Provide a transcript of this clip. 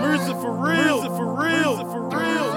Mirza for real. Mirza for real. Mirza for real.